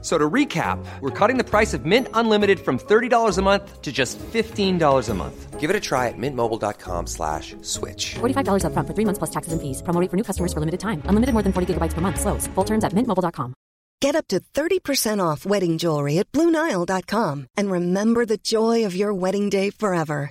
So to recap, we're cutting the price of Mint Unlimited from $30 a month to just $15 a month. Give it a try at mintmobile.com slash switch. $45 upfront for three months plus taxes and fees. Promo rate for new customers for limited time. Unlimited more than 40 gigabytes per month. Slows. Full terms at mintmobile.com. Get up to 30% off wedding jewelry at Bluenile.com and remember the joy of your wedding day forever.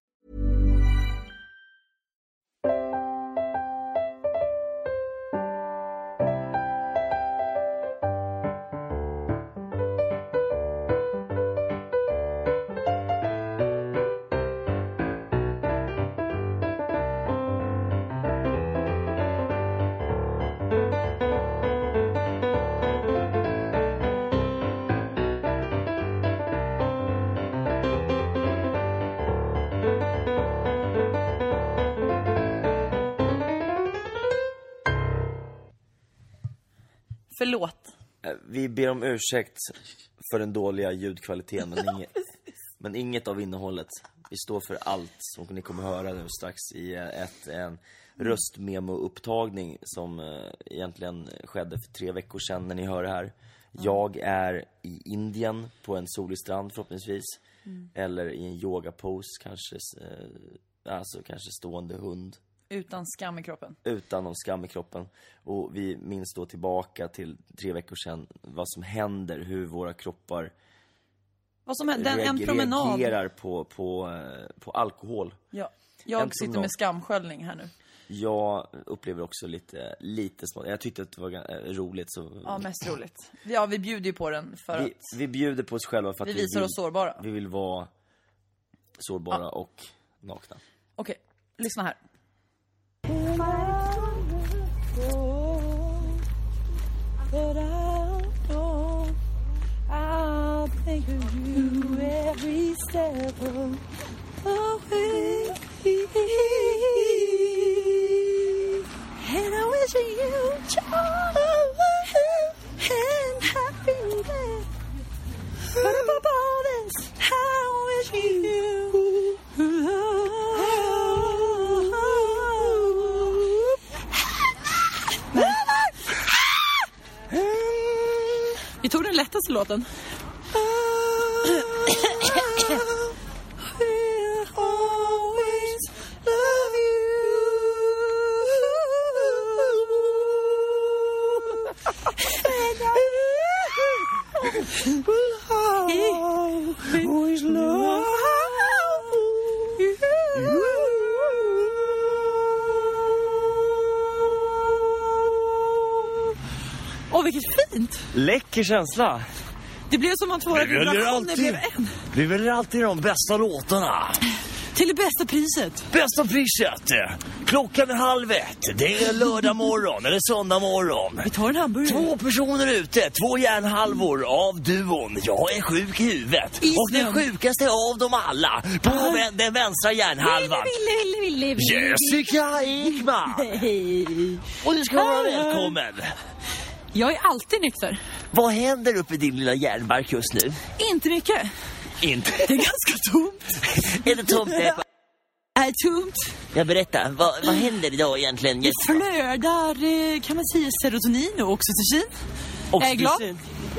Förlåt. Eh, Vi ber om ursäkt för den dåliga ljudkvaliteten, men, inget, men inget av innehållet. Vi står för allt som ni kommer höra nu strax i eh, ett, en röstmemo-upptagning som eh, egentligen skedde för tre veckor sedan när ni hör det här. Jag är i Indien på en solig strand förhoppningsvis. Eller i en yogapose kanske, eh, alltså kanske stående hund Utan skam i kroppen. utan någon skam i kroppen. Och vi minns då tillbaka till tre veckor sedan vad som händer, hur våra kroppar Vad som hände, reag- en promenad. reagerar på, på, eh, på alkohol. Ja. En Jag sitter promenad. med skamsköljning här nu. Jag upplever också lite, lite smått, jag tyckte att det var ga- eh, roligt så Ja, mest roligt. Ja, vi bjuder ju på den för vi, att vi bjuder på oss själva för att vi vi, visar vill, oss sårbara. vi vill vara sårbara och nakna. Okej, lyssna här. Vi tog den lättaste låten. Åh, vilket fint! Läcker känsla! Det blev som att våra vibrationer blev en. vi väljer alltid de bästa låtarna. Till det bästa priset. Bästa priset! Klockan är halv ett. Det är lördag morgon, eller söndag morgon. Vi tar en hamburgare. Två personer ute, två järnhalvor av duon. Jag är sjuk i huvudet. I och den snön. Ah. sjukaste av dem alla, på vän, den vänstra hjärnhalvan. Jessica Ekman! Och du ska Ah. vara välkommen. Jag är alltid nykter. Vad händer uppe i din lilla hjärnbark just nu? Inte mycket. Inte. Det är ganska tomt. Är det tomt där? Är tomt. Jag berättar, vad, vad händer idag egentligen? Det flödar, eh, kan man säga, serotonin och oxytocin. Jag är glad.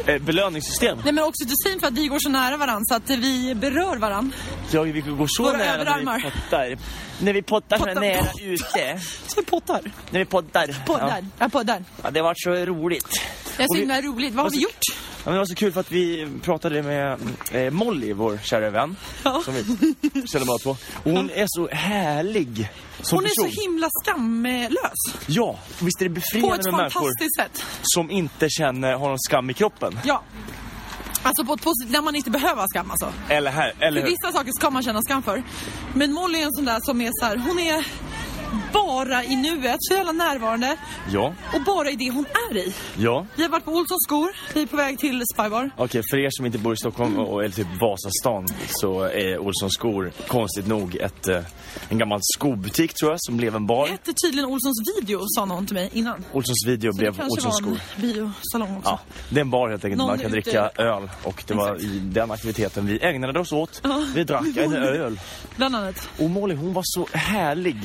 Eh, Belöningssystem. Nej men oxytocin för att vi går så nära varandra så att vi berör varandra. Ja, vi går så Våra nära överarmar. när vi pottar. När vi pottar så Pottar. nära ute. Så vi pottar. När vi pottar. Poddar. Ja, poddar. Ja, det har varit så roligt. Jag är Och så vi- himla roligt. Vad har vi Alltså- gjort? Ja, men det var så kul för att vi pratade med eh, Molly, vår kära vän, Ja. som vi ställer mat på. Och hon är så härlig som Hon är person. så himla skamlös. Ja, visst är På det befriande ett med människor fantastiskt sätt. som inte känner, har någon skam i kroppen. Ja. Alltså på ett positivt, där man inte behöver ha skam alltså. Eller här, eller För hur? vissa saker ska man känna skam för. Men Molly är en sån där som är så här, hon är bara i nuet, så jävla närvarande. Ja, Och bara i det hon är i. ja. Vi har varit på Olssons skor, vi är på väg till Spybar. Okej, för er som inte bor i Stockholm och, och- eller typ Vasastan så är Olssons skor konstigt nog ett, eh, en gammal skobutik tror jag som blev en bar. Det hette tydligen Olssons video, sa någon till mig innan. Olssons video Så det blev kanske Olssons var en skor. biosalong också. Ja, det är en bar helt enkelt. Någon Man kan ute. dricka öl och det var i den aktiviteten vi ägnade oss åt. Vi drack en öl. Bland annat. Och Molly hon var så härlig.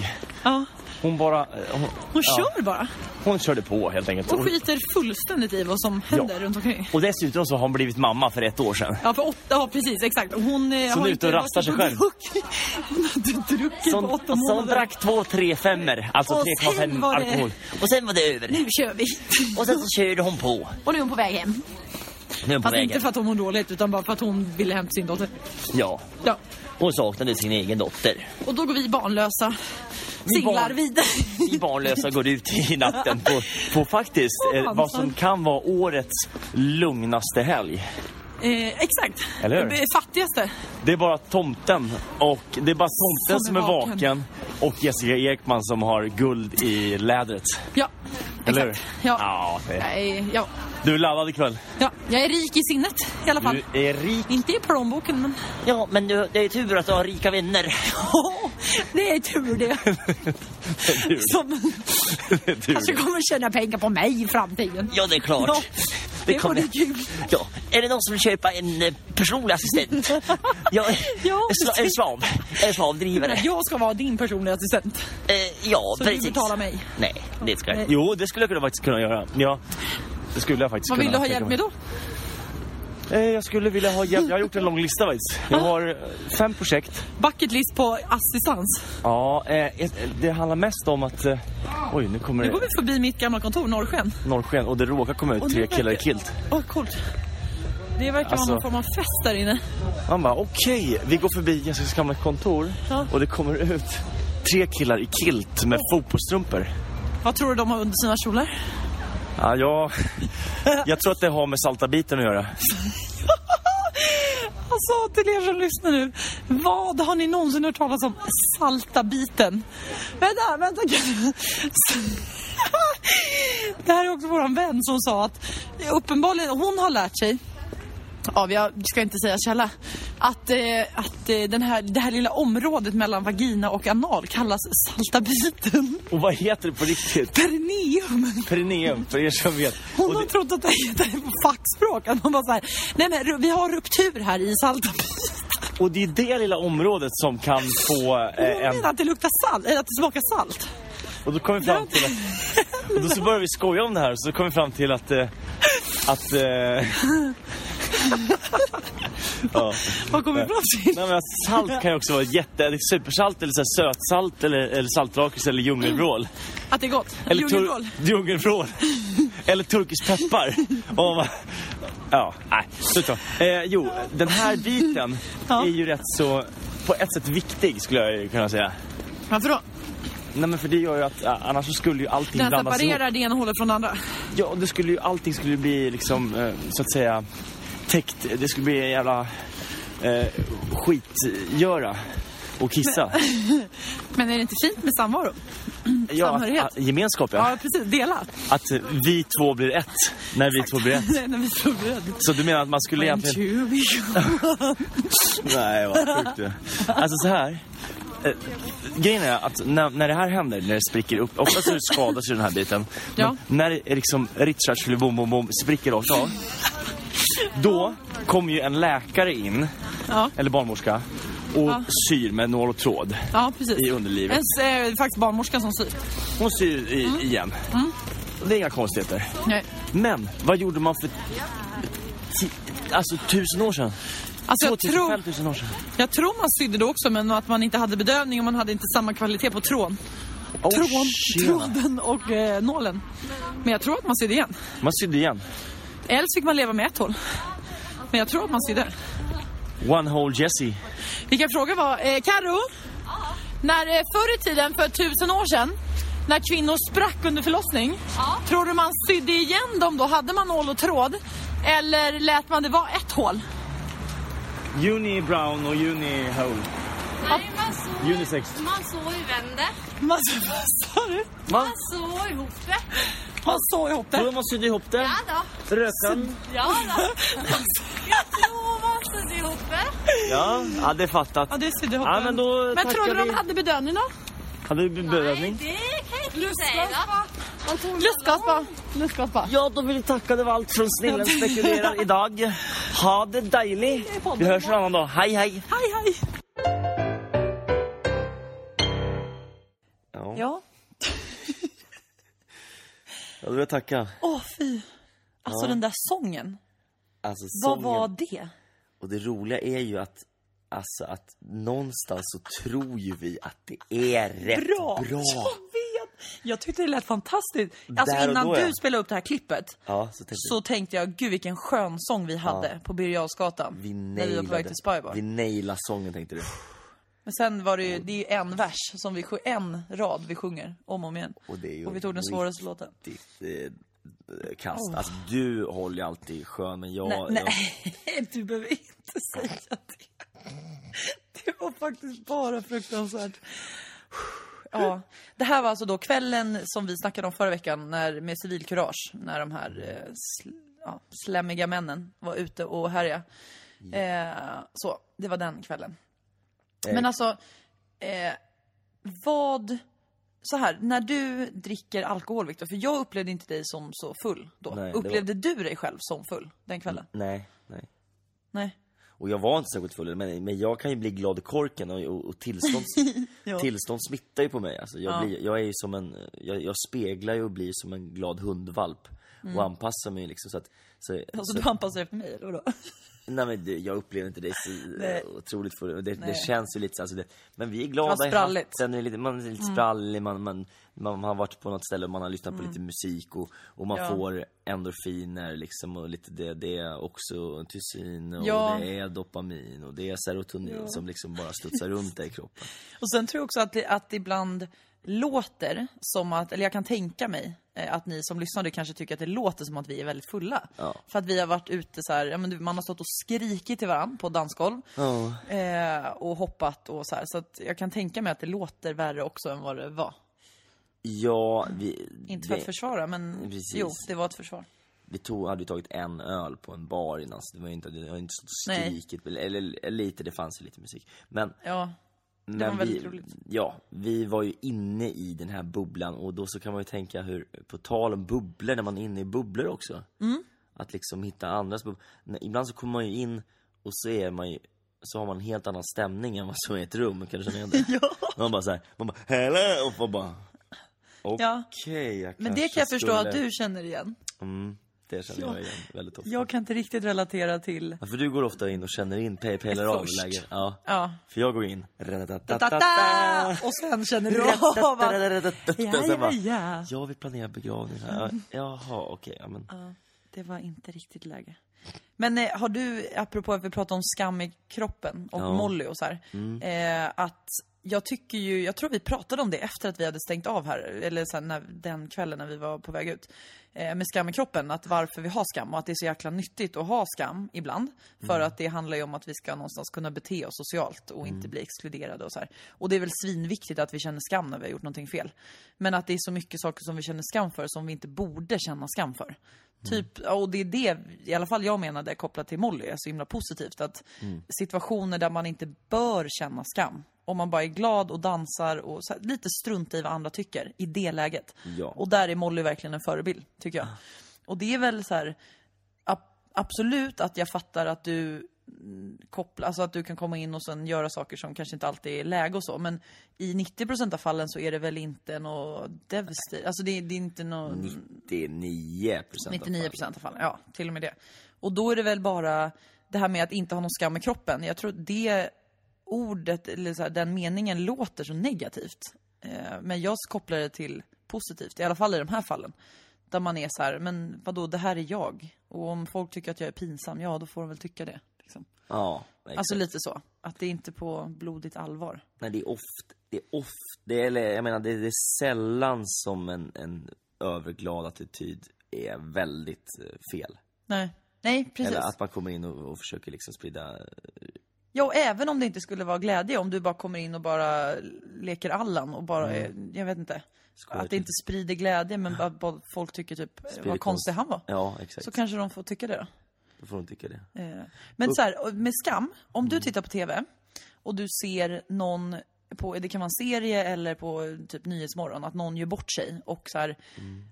Ja. Hon bara... eh, Hon, Hon ja, kör bara. Hon körde på helt enkelt. Hon skiter fullständigt i vad som händer runt omkring. och dessutom så har hon blivit mamma för ett år sedan. Ja, för åtta, ja precis, exakt. Hon eh, Så har nu är inte ute och varit rastar sig så själv. druckit- Hon har inte druckit på åtta Som, som månader. drack två, tre femmer, alltså Och sen 3,5 var det- alkohol. Och sen var det över. Nu kör vi. Och sen så körde hon på. Och nu är hon på väg hem. Nu är hon på Fast inte vägen. för att hon mår dåligt, utan bara för att hon ville hem till sin dotter. Ja, Ja. hon saknade sin egen dotter. Och då går vi barnlösa singlar barn- vidare. Vi barnlösa går ut i natten på, på faktiskt Åh, eh, vad som dansar. kan vara årets lugnaste helg. Eh, exakt. Eller hur? Det fattigaste. Det är bara tomten och det är bara tomten som är vaken och Jessica Ekman som har guld i lädret. Ja. Eller hur? exakt. Ja. ja det är- Nej, ja. Du är laddad ikväll. ja. Jag är rik i sinnet i alla fall. Du är rik. Inte i plånboken, men... Ja, men du, det är tur att du har rika vänner. Ja, det är tur det. Som Det är du. kanske kommer tjäna pengar på mig i framtiden. Ja, det är klart. Ja, Det det kommer- vore kul. Ja, är det någon som vill köpa en eh, personlig assistent? Ja, eh, Ja, en sla- en slav. En slavdrivare. Jag ska vara din personliga assistent. Eh, ja, Så du precis. betalar mig? Nej, det ska jag inte. Jo, det skulle jag kunna- faktiskt kunna göra. Ja. Det skulle jag faktiskt Vad kunna. vill du ha tänka hjälp mig. med då? Eh, Jag skulle vilja ha hjälp. Jag har gjort en lång lista faktiskt. Jag har eh, fem projekt. Bucket list på assistans. Ja, eh, ett- det handlar mest om att... eh, Oj, nu kommer Nu går det vi förbi mitt gamla kontor, Norrsken. norrsken och det råkar komma ut Och nu tre killar i verkar- kilt. Åh, coolt. Det verkar Alltså- vara någon form av fest där inne. Man bara, okej, vi går förbi Jessicas gamla kontor Ja. och det kommer ut tre killar i kilt med fotbollsstrumpor. Vad tror du de har under sina kjolar? Ja, jag, jag tror att det har med saltabiten att göra. Alltså, till er som lyssnar nu. Vad har ni någonsin hört talas om salta biten? Vänta, vänta. kan- Det här är också våran vän som sa att uppenbarligen, hon har lärt sig av, jag ska inte säga källa, att, eh, att eh, den här, det här lilla området mellan vagina och anal kallas salta biten. Och vad heter det på riktigt? Perineum. Perineum, för er som vet. Hon Och har det- trott att det heter på fackspråk. Att man bara så här, nej men ru- vi har ruptur här i salta biten. Och det är det lilla området som kan få Hon eh, en... menar att det luktar salt, eller att det smakar salt. Och då kom vi fram till att... Och då så började vi skoja om det här och så kom vi fram till att... Eh, att... Eh, ja. Vad kommer vi fram till? Eh, Nej, men att salt kan ju också vara jätte... det är Supersalt eller så här sötsalt eller, eller saltlakrits eller djungelvrål. Att det är gott. Eller tur- Djungelvrål. Djungelvrål. eller turkisk peppar. Och man, ja, nej, sluta. Eh, jo, den här biten Ja. är ju rätt så... På ett sätt viktig skulle jag ju kunna säga. Varför då? Nej men för det gör ju att eh, annars så skulle ju allting Den blandas ihop. separerar det ena hålet från det andra. Ja, och det skulle ju, allting skulle ju bli liksom, eh, så att säga, täckt. Det skulle bli en jävla eh, skitgöra och kissa. Men är det inte fint med samvaro? ja, samhörighet. att, att, gemenskap, ja. Ja, precis. Dela. Att eh, vi två blir ett, när vi två blir ett. Nej, när vi slår bröd. Så du menar att man skulle When egentligen... two become one. Nej, vad sjukt du. Alltså så här. Eh, grejen är att när, när det här händer, när det spricker upp, ofta så skadas ju den här biten. Ja. Men när det är liksom Richards fyller bom, bom, bom, spricker rakt av. Då kommer ju en läkare in, Ja. eller barnmorska, och syr med nål och tråd. Ja, precis. I underlivet. Ens, eh, faktiskt barnmorskan som syr. Hon syr i, Mm. igen. Det är inga konstigheter. Nej. Men vad gjorde man för ti, alltså tusen år sedan? Alltså, jag 2000, tror- 5000 år sedan? Jag tror man sydde det också, men att man inte hade bedövning och man hade inte samma kvalitet på trån. Åh, Trån, tjena. tråden och eh, nålen. Men jag tror att man sydde igen. Man sydde igen. Eller så fick man leva med ett hål. Men jag tror att man sydde. One hole Jesse. Vi kan fråga vad... Eh, Karo? När eh, förr i tiden, för tusen år sedan, när kvinnor sprack under förlossning, tror du man sydde igen dem då? Hade man nål och tråd? Eller lät man det vara ett hål? Uni Brown och Uni Hole. Nej, man såg, Unisex. man såg igen det. Man, Alltså, vad sa du? Va? Man såg ihop det. Man såg ihop det. Då man sydde ihop det. Ja då. Rökan. Ja då. Jag tror man såg ihop det. Ja, ja det är fattat. Ja, det sydde ihop Ja, den. men då men tror du tackar de vi. hade bedövning då? Hade du bedövning? Nej, det kan jag inte säga. Man tog Lustgas bara. Lustgas bara. Ja, då vill vi tacka det var allt från Snillen spekulerar idag. Ha det dejligt. Vi hörs en annan dag. Hej, hej. Hej, hej. Ja. ja. Ja. Då vill jag tacka. Åh, fy. Alltså den där sången. Alltså, Vad sången. var det? Och det roliga är ju att, alltså att någonstans så tror ju vi att det är rätt Bra. bra. Jag vet. Jag tyckte det lät fantastiskt. Alltså Där och innan då, du ja. spelade upp det här klippet Ja, så tänkte så tänkte jag, gud vilken skön sång vi hade på Birger Jarlsgatan. vi När vi var på väg nailade. till Spybar. Vi nailade sången tänkte du. Men sen var det ju, det är ju en vers som vi sjunger, en rad vi sjunger om och om igen. Och det är ju vi tog den riktigt- svåraste låten. Ditt eh, kast. Alltså du håller ju alltid skön men jag... Nej, jag nej, du behöver inte säga det. Det var faktiskt bara fruktansvärt. Ja, det här var alltså då kvällen som vi snackade om förra veckan när, med civilkurage. När de här eh, sl, ja, slämmiga männen var ute och härjade. Eh, så, det var den kvällen. Men alltså, eh, vad... Så här, när du dricker alkohol Viktor, för jag upplevde inte dig som så full då. Nej, det var- Mm. upplevde du dig själv som full den kvällen? nej, nej. Nej. Och jag var inte särskilt full, men, men jag kan ju bli glad i korken och, och, och tillstånd, Ja. tillstånd smittar ju på mig. Alltså, jag, blir, jag är ju som en, jag, jag speglar ju och blir som en glad hundvalp. Mm. Och anpassar mig liksom så att... Så, Alltså så, du anpassar dig efter mig, eller vadå? nej men det, jag upplever inte dig så eh, Nej. otroligt full. Och Det, det Nej. känns ju lite så, alltså, det, men vi är glada Ja, i spralligt. Mm. hatten, det är lite, man är lite sprallig, man, man, man har varit på något ställe och man har lyssnat på lite musik och, och man Ja. får endorfiner liksom och lite det, det är också tycin och Ja. det är dopamin och det är serotonin som liksom bara studsar runt där i kroppen. Och sen tror jag också att det, att det ibland låter som att, eller jag kan tänka mig eh, att ni som lyssnar du kanske tycker att det låter som att vi är väldigt fulla. För att vi har varit ute så här, ja, men du, man har stått och skrikit till varandra på dansgolv. Eh, och hoppat och så här. Så att jag kan tänka mig att det låter värre också än vad det var. Ja, vi, Inte för vi, att försvara, men Precis. jo, det var ett försvar. vi tog, hade ju tagit en öl på en bar innan så det var ju inte, det var inte så Nej. skrikigt, eller, eller lite, det fanns ju lite musik. Men Ja, Men var väldigt vi, roligt. Ja, vi var ju inne i den här bubblan och då så kan man ju tänka hur, på tal om bubblor, när man är inne i bubblor också. Mm. Att liksom hitta andras bubblor. Ibland så kommer man ju in och så är man ju, så har man en helt annan stämning än vad som är i ett rum, kan du känna igen det? ja. Man bara såhär, man bara hela och man bara Okej, Ja. jag men det kanske kan jag förstå skulle... att du känner igen. Mm, det känner jag igen väldigt ofta. Jag kan inte riktigt relatera till... Ja, för du går ofta in och känner in, pe- pejlar av Först. läget. Ja. Ja. För jag går in, Ta-ta! Och sen känner du av att... Ja, ja, ja. Ja, vi planerar begravning här. Jaha, okej. ja, men. Um, Det var inte riktigt läge. Men eh, har du, apropå att vi pratade om skam i kroppen och Ja. Molly och så här. Eh, att jag tycker ju, jag tror vi pratade om det efter att vi hade stängt av här, eller så här, när, den kvällen när vi var på väg ut. Eh, med skam i kroppen, att varför vi har skam och att det är så jäkla nyttigt att ha skam ibland. För att det handlar ju om att vi ska någonstans kunna bete oss socialt och inte bli exkluderade och så här. Och det är väl svinviktigt att vi känner skam när vi har gjort någonting fel. Men att det är så mycket saker som vi känner skam för som vi inte borde känna skam för. Typ, ja, och det är det i alla fall jag menade kopplat till Molly är så himla positivt. Att situationer där man inte bör känna skam. Om man bara är glad och dansar och så här, lite strunta i vad andra tycker i det läget. Ja. Och där är Molly verkligen en förebild, tycker jag. Och det är väl så här, ab- absolut att jag fattar att du mm, kopplar, alltså att du kan komma in och sen göra saker som kanske inte alltid är läge och så. Men i 90% av fallen så är det väl inte något devastating, alltså det, det är inte något... 99 procent 99 procent av fallen, ja. Till och med det. Och då är det väl bara det här med att inte ha någon skam i kroppen. Jag tror det ordet, eller så här, den meningen låter så negativt. Eh, Men jag kopplar det till positivt, i alla fall i de här fallen. Där man är så här, men vadå, det här är jag. Och om folk tycker att jag är pinsam, ja då får de väl tycka det. Liksom. Ja, exakt. Alltså lite så. Att det är inte på blodigt allvar. Nej, det är ofta, det är ofta, det är, eller jag menar det, det är sällan som en, en överglad attityd är väldigt eh, fel. Nej. Nej, precis. Eller att man kommer in och, och försöker liksom sprida... Ja, och även om det inte skulle vara glädje, om du bara kommer in och bara leker Allan och bara, Mm. är- jag vet inte. typ Att det inte sprider glädje, men bara, bara folk tycker typ, vad konstig han var. Ja, exakt. Så kanske de får tycka det då. Då får de tycka det. Eh, Men så här, och med skam, om du tittar på TV och du ser någon på, det kan vara en serie eller på typ Nyhetsmorgon, att någon gör bort sig och så här,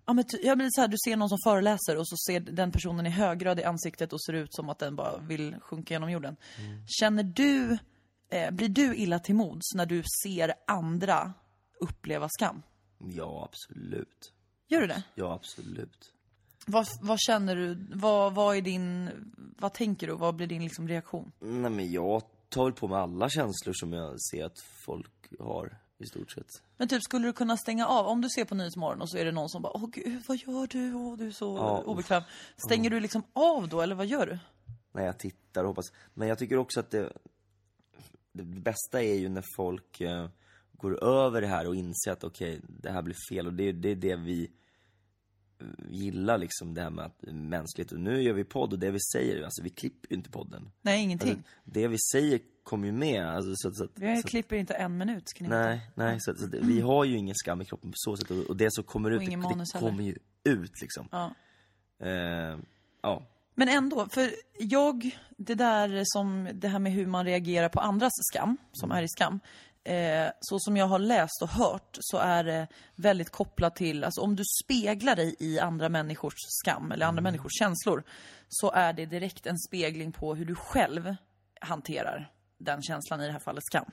ja men ty- ja, men så här, du ser någon som föreläser och så ser den personen är högröd i ansiktet och ser ut som att den bara vill sjunka genom jorden. Känner du, eh, blir du illa till mods när du ser andra uppleva skam? Ja, absolut. Gör du det? Ja, absolut. Vad, vad känner du, vad, vad är din, vad tänker du, vad blir din liksom reaktion? Nej men jag tar väl på mig alla känslor som jag ser att folk har i stort sett. Men typ skulle du kunna stänga av, om du ser på Nyhetsmorgon och så är det någon som bara Åh gud, vad gör du? Åh, du är så Ja, obekväm. Stänger du liksom av då eller vad gör du? När jag tittar och hoppas. Men jag tycker också att det, det bästa är ju när folk eh, går över det här och inser att okej, det här blir fel. Och det, det är det vi eh, gillar liksom, det här med att mänskligt. Och nu gör vi podd och det vi säger, alltså vi klipper ju inte podden. Nej, ingenting. Alltså, det vi säger kommer ju med. Alltså, så, att- så, att- Vi så, att- klipper inte en minut. Kan ni Nej, nej. Så, så, det- vi har ju ingen skam i kroppen på så sätt. Och, och det som kommer ut, det, Mm. ingen manus det heller. kommer ju ut liksom. Ja. Eh, ja. Men ändå, för jag, det där som, det här med hur man reagerar på andras skam, som Mm. är i skam. Eh, så som jag har läst och hört så är det väldigt kopplat till, alltså om du speglar dig i andra människors skam eller Mm. andra människors känslor. Så är det direkt en spegling på hur du själv hanterar den känslan, i det här fallet skam.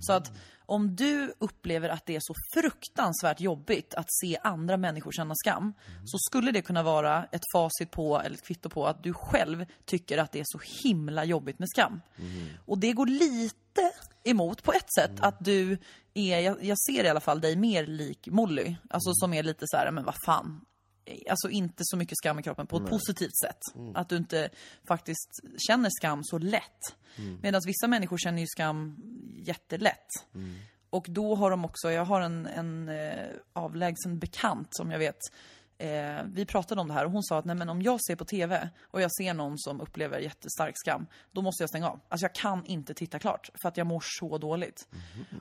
Så att om du upplever att det är så fruktansvärt jobbigt att se andra människor känna skam, så skulle det kunna vara ett facit på, eller ett kvitto på, att du själv tycker att det är så himla jobbigt med skam. Och det går lite emot på ett sätt, att du är, jag, jag ser i alla fall dig mer lik Molly, alltså som är lite så här, men vad fan, alltså inte så mycket skam i kroppen på ett positivt sätt. Att du inte faktiskt känner skam så lätt. Medan vissa människor känner ju skam jättelätt. Och då har de också, jag har en, en eh, avlägsen bekant som jag vet Eh, vi pratade om det här och hon sa att Nej, men om jag ser på TV och jag ser någon som upplever jättestark skam, då måste jag stänga av. Alltså jag kan inte titta klart för att jag mår så dåligt.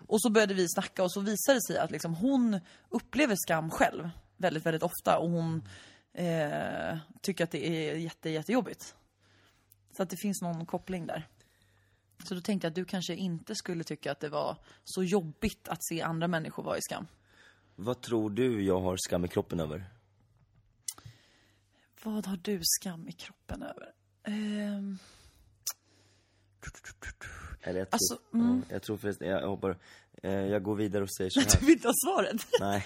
Och så började vi snacka och så visade det sig att liksom, hon upplever skam själv väldigt, väldigt ofta och hon eh, tycker att det är jätte, jättejobbigt. Så att det finns någon koppling där. Så då tänkte jag att du kanske inte skulle tycka att det var så jobbigt att se andra människor vara i skam. Vad tror du jag har skam i kroppen över? Vad har du skam i kroppen över? Ehm, Eller jag tror, Alltså, ja, jag tror förresten, jag hoppar, eh, jag går vidare och säger så Du här. vill inte ha svaret? nej.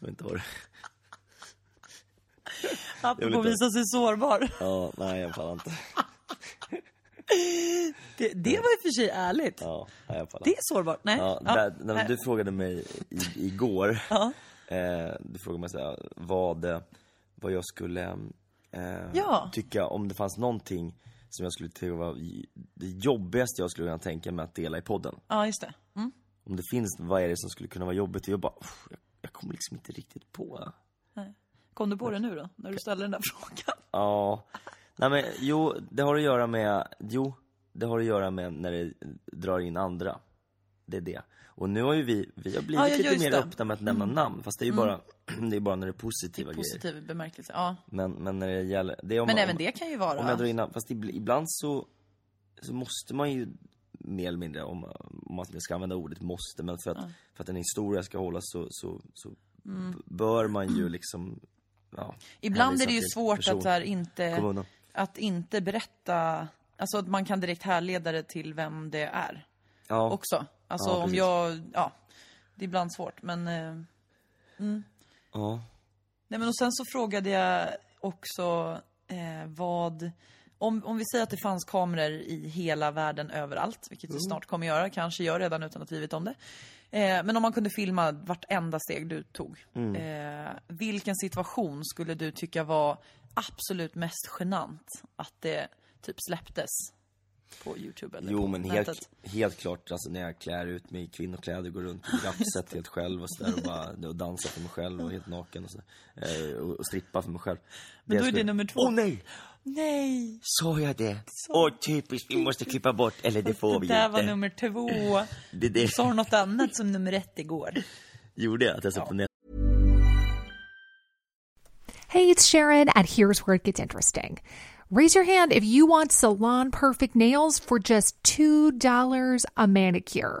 Jag vet inte vad det Apropå inte. visa sig sårbar. Ja, nej jag pallar inte. Det, det var i och för sig ärligt. Ja, nej, jag pallar Det är inte. sårbart. Nej. Ja, Ja. där, när Nej. du frågade mig i, igår, eh, du frågade mig så här, vad, eh, vad jag skulle eh, Ja. tycka om det fanns någonting som jag skulle tycka var j- det jobbigaste jag skulle kunna tänka mig att dela i podden. ja, just det. Mm. Om det finns, vad är det som skulle kunna vara jobbigt? Och jag bara, "Uff, jag, jag kommer liksom inte riktigt på. Kom du på det nu då? När du ställer den där frågan? Ja, nej men jo, det har att göra med, jo, det har att göra med när det drar in andra. Det är det. Och nu har ju vi, vi har blivit Ja, ja, lite just mer det. Mm. öppna med att nämna namn. Fast det är ju bara, det är bara när det är positiva grejer. Positiv bemärkelse. Ja. Men, men när det gäller, det är om Men man, även om, det kan ju vara... om jag drar in, fast ibl- ibland så, så måste man ju mer eller mindre, om, om man ska använda ordet måste, men för att, för att en historia ska hållas så, så, så b- bör man ju liksom, ja, Mm. Ibland är hänvisa det ju till svårt person. att, så här, Kom inte, undan. att inte berätta... Alltså att man kan direkt härleda det till vem det är ja. också. Alltså Ja, om precis. jag... Ja, det är ibland svårt men... eh, Ja. Nej men och sen så frågade jag också eh, vad... Om, om vi säger att det fanns kameror i hela världen överallt, vilket Mm. vi snart kommer göra, kanske gör redan utan att vi vet om det. Eh, men om man kunde filma vartenda steg du tog. Mm. Eh, vilken situation skulle du tycka var absolut mest genant att det typ släpptes på Youtube eller Jo på men nätet? helt, helt klart, alltså när jag klär ut mig i kvinnokläder, går runt i rapset helt själv och sådär och bara och dansar för mig själv och helt naken och så eh, och, och strippar för mig själv. Men då är det nummer två. Åh nej! Nej, Sa jag det? Åh, typiskt, vi måste klippa bort. Eller det får vi det där inte. var nummer två. Det, det Sa du något annat som nummer ett igår? gjorde jag, att jag satt på Hey, it's Sharon, and here's where it gets interesting. Raise your hand if you want salon perfect nails for just $2 a manicure.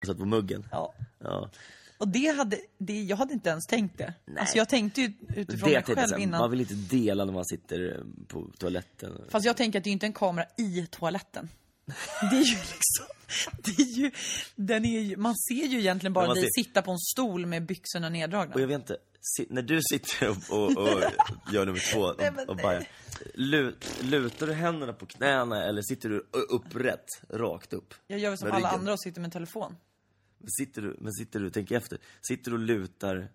Jag satt på muggen. Ja. Och det hade, det, jag hade inte ens tänkt det. Alltså jag tänkte ju utifrån Det mig tänkte jag själv sen. innan. Man vill inte dela när man sitter eh, på toaletten. Fast jag tänker att det är ju inte en kamera i toaletten. Det är ju liksom, det är ju, den är ju, man ser ju egentligen Ja, bara man dig ser- sitta på en stol med byxorna neddragna. Och jag vet inte, si- när du sitter och, och, och gör nummer två Nej, men och, och bara, lut, lutar du händerna på knäna eller sitter du ö- upprätt, rakt upp? Jag gör väl som Med alla ryggen. andra och sitter med telefon. Men sitter du, men sitter du, tänk efter, sitter du och lutar,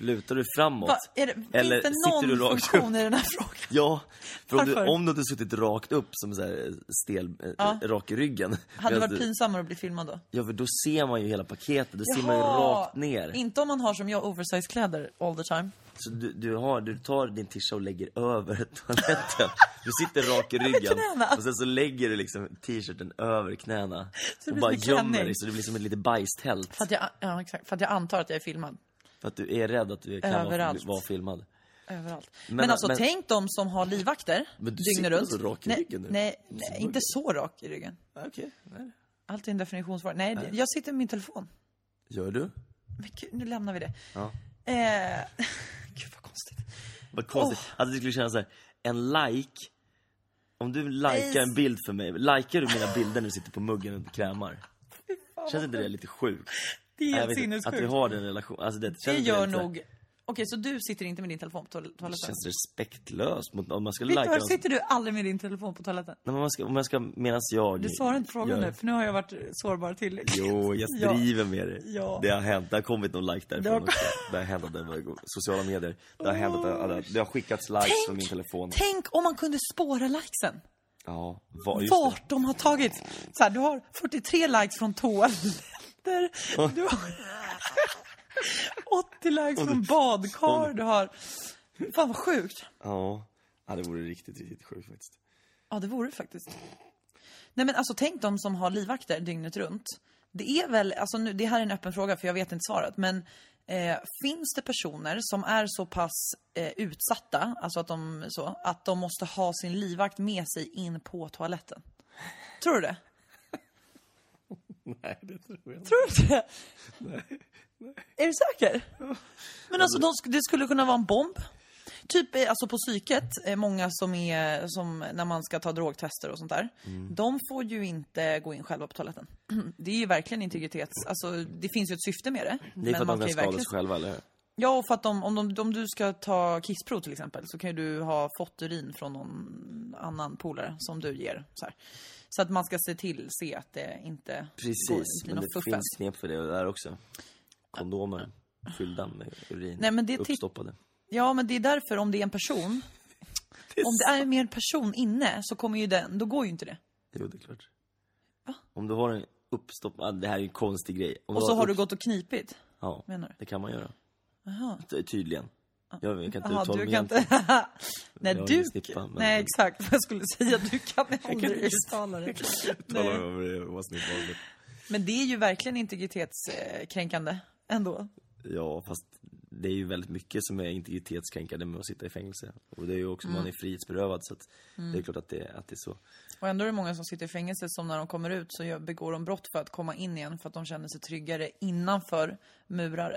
lutar du framåt? Va, är det, eller finns sitter det du någon rakt funktion upp? i den här frågan? Ja, för om du, Varför? om du hade suttit rakt upp som så här stel, eh, rak i ryggen. Hade det medan varit du- pinsammare att bli filmad då? Ja, för då ser man ju hela paketet, då ser man ju Jaha! rakt ner. Inte om man har som jag oversized-kläder all the time. Så du, du, har, du tar din tisha och lägger över toaletten. Du sitter rak i Över ryggen knäna. och sen så lägger du liksom t-shirten över knäna. det och blir bara som en gömmer klänning. dig så det blir som ett litet bajstält. För att jag, ja, exakt, för att jag antar att jag är filmad. För att du är rädd att du kan vara, Överallt. vara filmad. Överallt. Men, Men, alltså men- tänk de som har livvakter Men du dygnet sitter runt. så rak i nej, ryggen nu. Nej, nej, inte så rak i ryggen. Okej, nej. Allt är en definitionsfråga. Nej, det- jag sitter med min telefon. Gör du? Men gud, nu lämnar vi det. Ja. Eh, gud vad konstigt. Vad konstigt. Att du skulle känna så här, en like. Om du likar en bild för mig, likar du mina bilder när du sitter på muggen och krämar? Känns inte det lite sjukt? Det är Jag helt vet inte, sinnessjukt. Att vi har den relationen. Alltså det, känns Det inte gör lite- nog... Okej, så du sitter inte med din telefon på toal- Det toaletten? känns respektlöst mot, om man ska Viktor, likea någon. sitter du aldrig med din telefon på toaletten? Nej, men man ska, om jag ska, medan jag... Du svarar inte frågan gör- nu, för nu har jag varit eh, sårbar tillräckligt. Jo, jag Ja. driver med dig. Ja. Det har hänt, det har kommit någon like Det har- därifrån också. Det har hänt att det var sociala medier. Det har hänt att det, alla- det har skickats likes från min telefon. Tänk om man kunde spåra likesen. Ja, var, just det. Vart de har tagit. Så här, du har 43 likes från toaletter. Du har 80 likes från badkar. Du har... Fan vad sjukt. Ja. ja, det vore riktigt, riktigt sjukt faktiskt. Ja, det vore det faktiskt. Nej men alltså tänk de som har livvakter dygnet runt. Det är väl, alltså nu, det här är en öppen fråga för jag vet inte svaret, men eh, finns det personer som är så pass eh, utsatta, alltså att de, så, att de måste ha sin livvakt med sig in på toaletten? Tror du det? Nej, det tror jag inte. Tror du det? Är du säker? Men alltså, de, sk- det skulle kunna vara en bomb. typ eh, alltså på psyket, eh, många som är som när man ska ta drogtester och sånt där. Mm. De får ju inte gå in själva på toaletten. Det är ju verkligen integritets... Alltså det finns ju ett syfte med det. Det är för att man de kan ju skada sig verkligen- själva, eller hur? Ja, och för att de, om, de, om du ska ta kissprov till exempel så kan ju du ha fått urin från någon annan polare som du ger. Så, här. så att man ska se till, se att det inte går- Precis, inte blir men något det fuffens. finns knep för det och där också. Kondomer fyllda med urin, Nej, men det är ti- uppstoppade. Ja, men det är därför om det är en person, om det är mer person inne så kommer ju den, då går ju inte det. Jo, det är klart. Om du har en uppstoppad, det här är ju en konstig grej. Om Och så har upp- du gått och knipit. Ja, menar du? det kan man göra. Jaha. Ty- Tydligen. Jag, jag kan inte Jaha, uttala du mig kan egentligen. inte... Nej, Jag har du... ingen snippa, men- Nej, exakt. Jag skulle säga du kan aldrig inte- uttala det. Tala Nej. över det, vad snyggt var det. Men det är ju verkligen integritetskränkande ändå. Ja, fast det är ju väldigt mycket som är integritetskränkande med att sitta i fängelse. Och det är ju också, Mm. man är frihetsberövad så att det är Mm. klart att det, att det är så. Och ändå är det många som sitter i fängelse som när de kommer ut så gör- begår de brott för att komma in igen för att de känner sig tryggare innanför murar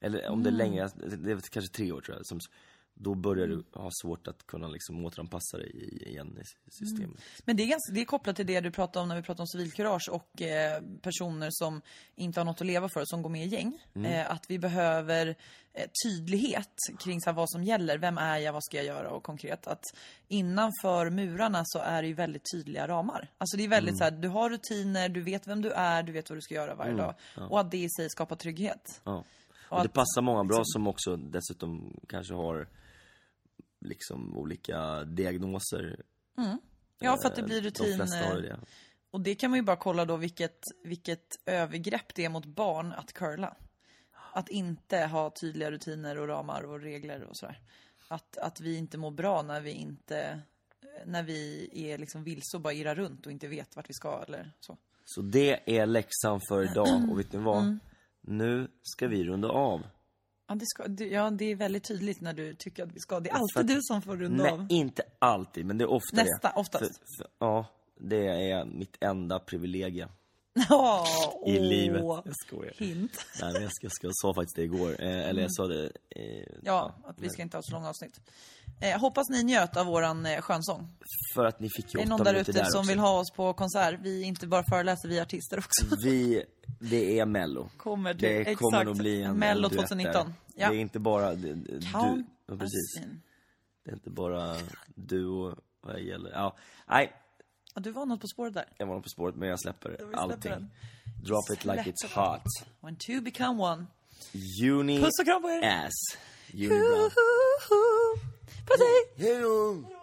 eller om det är Mm. längre, det är väl kanske tre år tror jag, som, då börjar du ha svårt att kunna liksom återanpassa dig i- igen i systemet. Mm. Men det är, ganska, det är kopplat till det du pratade om när vi pratade om civilkurage och eh, personer som inte har något att leva för, som går med i gäng. Mm. Eh, att vi behöver eh, tydlighet kring så här, vad som gäller. Vem är jag? Vad ska jag göra? Och konkret att innanför murarna så är det ju väldigt tydliga ramar. Alltså det är väldigt Mm. så här, du har rutiner, du vet vem du är, du vet vad du ska göra varje Mm, dag. ja. Och att det i sig skapar trygghet. Ja. Och Och det att- passar många bra liksom- som också dessutom kanske har liksom olika diagnoser. Mm. Ja, för att det Eh, blir De rutin. flesta har ju eh, det. Och det kan man ju bara kolla då vilket, vilket övergrepp det är mot barn att curla. Att inte ha tydliga rutiner och ramar och regler och sådär. Att, att vi inte mår bra när vi inte, när vi är liksom vilse och bara irrar runt och inte vet vart vi ska eller så. Så det är läxan för idag och vet ni vad? Mm. Nu ska vi runda av. Ja det, ska, det- ja, det är väldigt tydligt när du tycker att vi ska. Det är För alltid att- du som får runda Nej, av. inte alltid, men det är ofta Nästa, det. oftast. För, för, ja, det är mitt enda privilegium Ja, i åh, livet. Jag skojar. Hint. Nej, men jag, ska, jag, ska, jag sa faktiskt det igår. Eh, eller Mm. jag sa det... Eh, Ja, att vi ska inte ha så långa avsnitt. Eh, hoppas ni njöt av våran eh, skönsång. För att ni fick ju Det är åtta någon där minuter ute som också. vill ha oss på konsert. Vi är inte bara föreläsare, vi är artister också. Mm, Vi, det är mello. Kommer till- det exakt. kommer att bli en Mello duett där. 2019. Ja. Det är inte bara det, det- du, Count ja, us precis. in. Det är inte bara du och vad det gäller. Ja, nej, Ja, du var något på spåret där. jag var på spåret men jag släpper släpper allting. den. Drop it like Släpper it's hot. When two become one. Uni Puss och kram på er. ass. Uni bra. Puss hej! Hejdå!